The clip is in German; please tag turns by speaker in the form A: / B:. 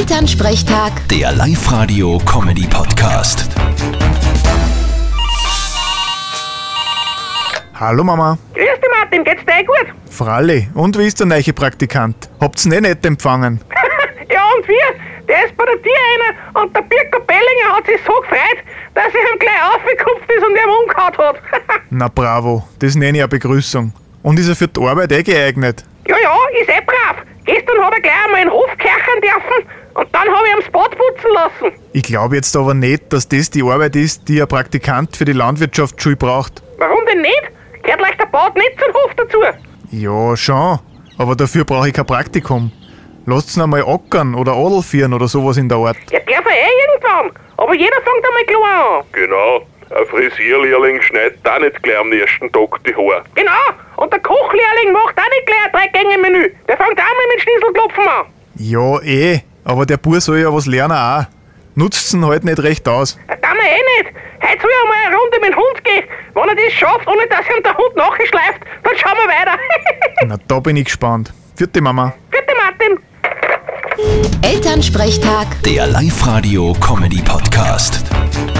A: Elternsprechtag,
B: Der Live-Radio-Comedy-Podcast.
C: Hallo Mama.
D: Grüß dich, Martin, geht's dir eh gut?
C: Fralli, und wie ist der neue Praktikant? Habt's ihn eh nett empfangen.
D: ja, und wir, der ist bei der Tür einer und der Birko Bellinger hat sich so gefreut, dass er ihm gleich aufgekupft ist und ihm umgehauen hat.
C: Na bravo, das nenne ich eine Begrüßung. Und ist er für die Arbeit eh geeignet?
D: ja, ja, ist eh brav. Gestern hat er gleich einmal in den Hof kerchern dürfen und dann habe ich am Spot putzen lassen.
C: Ich glaube jetzt aber nicht, dass das die Arbeit ist, die ein Praktikant für die Landwirtschaftsschule braucht.
D: Warum denn nicht? Gehört leicht der Bad nicht zum Hof dazu.
C: Ja, schon. Aber dafür brauche ich kein Praktikum. Lasst's ihn einmal ackern oder adelfieren oder sowas in der Art.
D: Ja, darf er eh irgendwann, aber jeder fängt einmal klein an.
E: Genau. Ein Frisierlehrling schneidet da nicht gleich am ersten Tag die Haare.
D: Genau, und der Kochlehrling macht auch nicht gleich ein Drei-Gänge-Menü. Der fängt auch mal mit Schnitzelklopfen an.
C: Ja, eh. Aber der Bur soll ja was lernen auch. Nutzt's ihn halt nicht recht aus.
D: Kann man eh nicht. Heute soll er mal eine Runde mit dem Hund gehen. Wenn er das schafft, ohne dass ihm der Hund nachschleift, dann schauen wir weiter.
C: Na, da bin ich gespannt. Vierte Mama.
D: Bitte, Martin.
A: Elternsprechtag.
B: Der Live-Radio-Comedy-Podcast.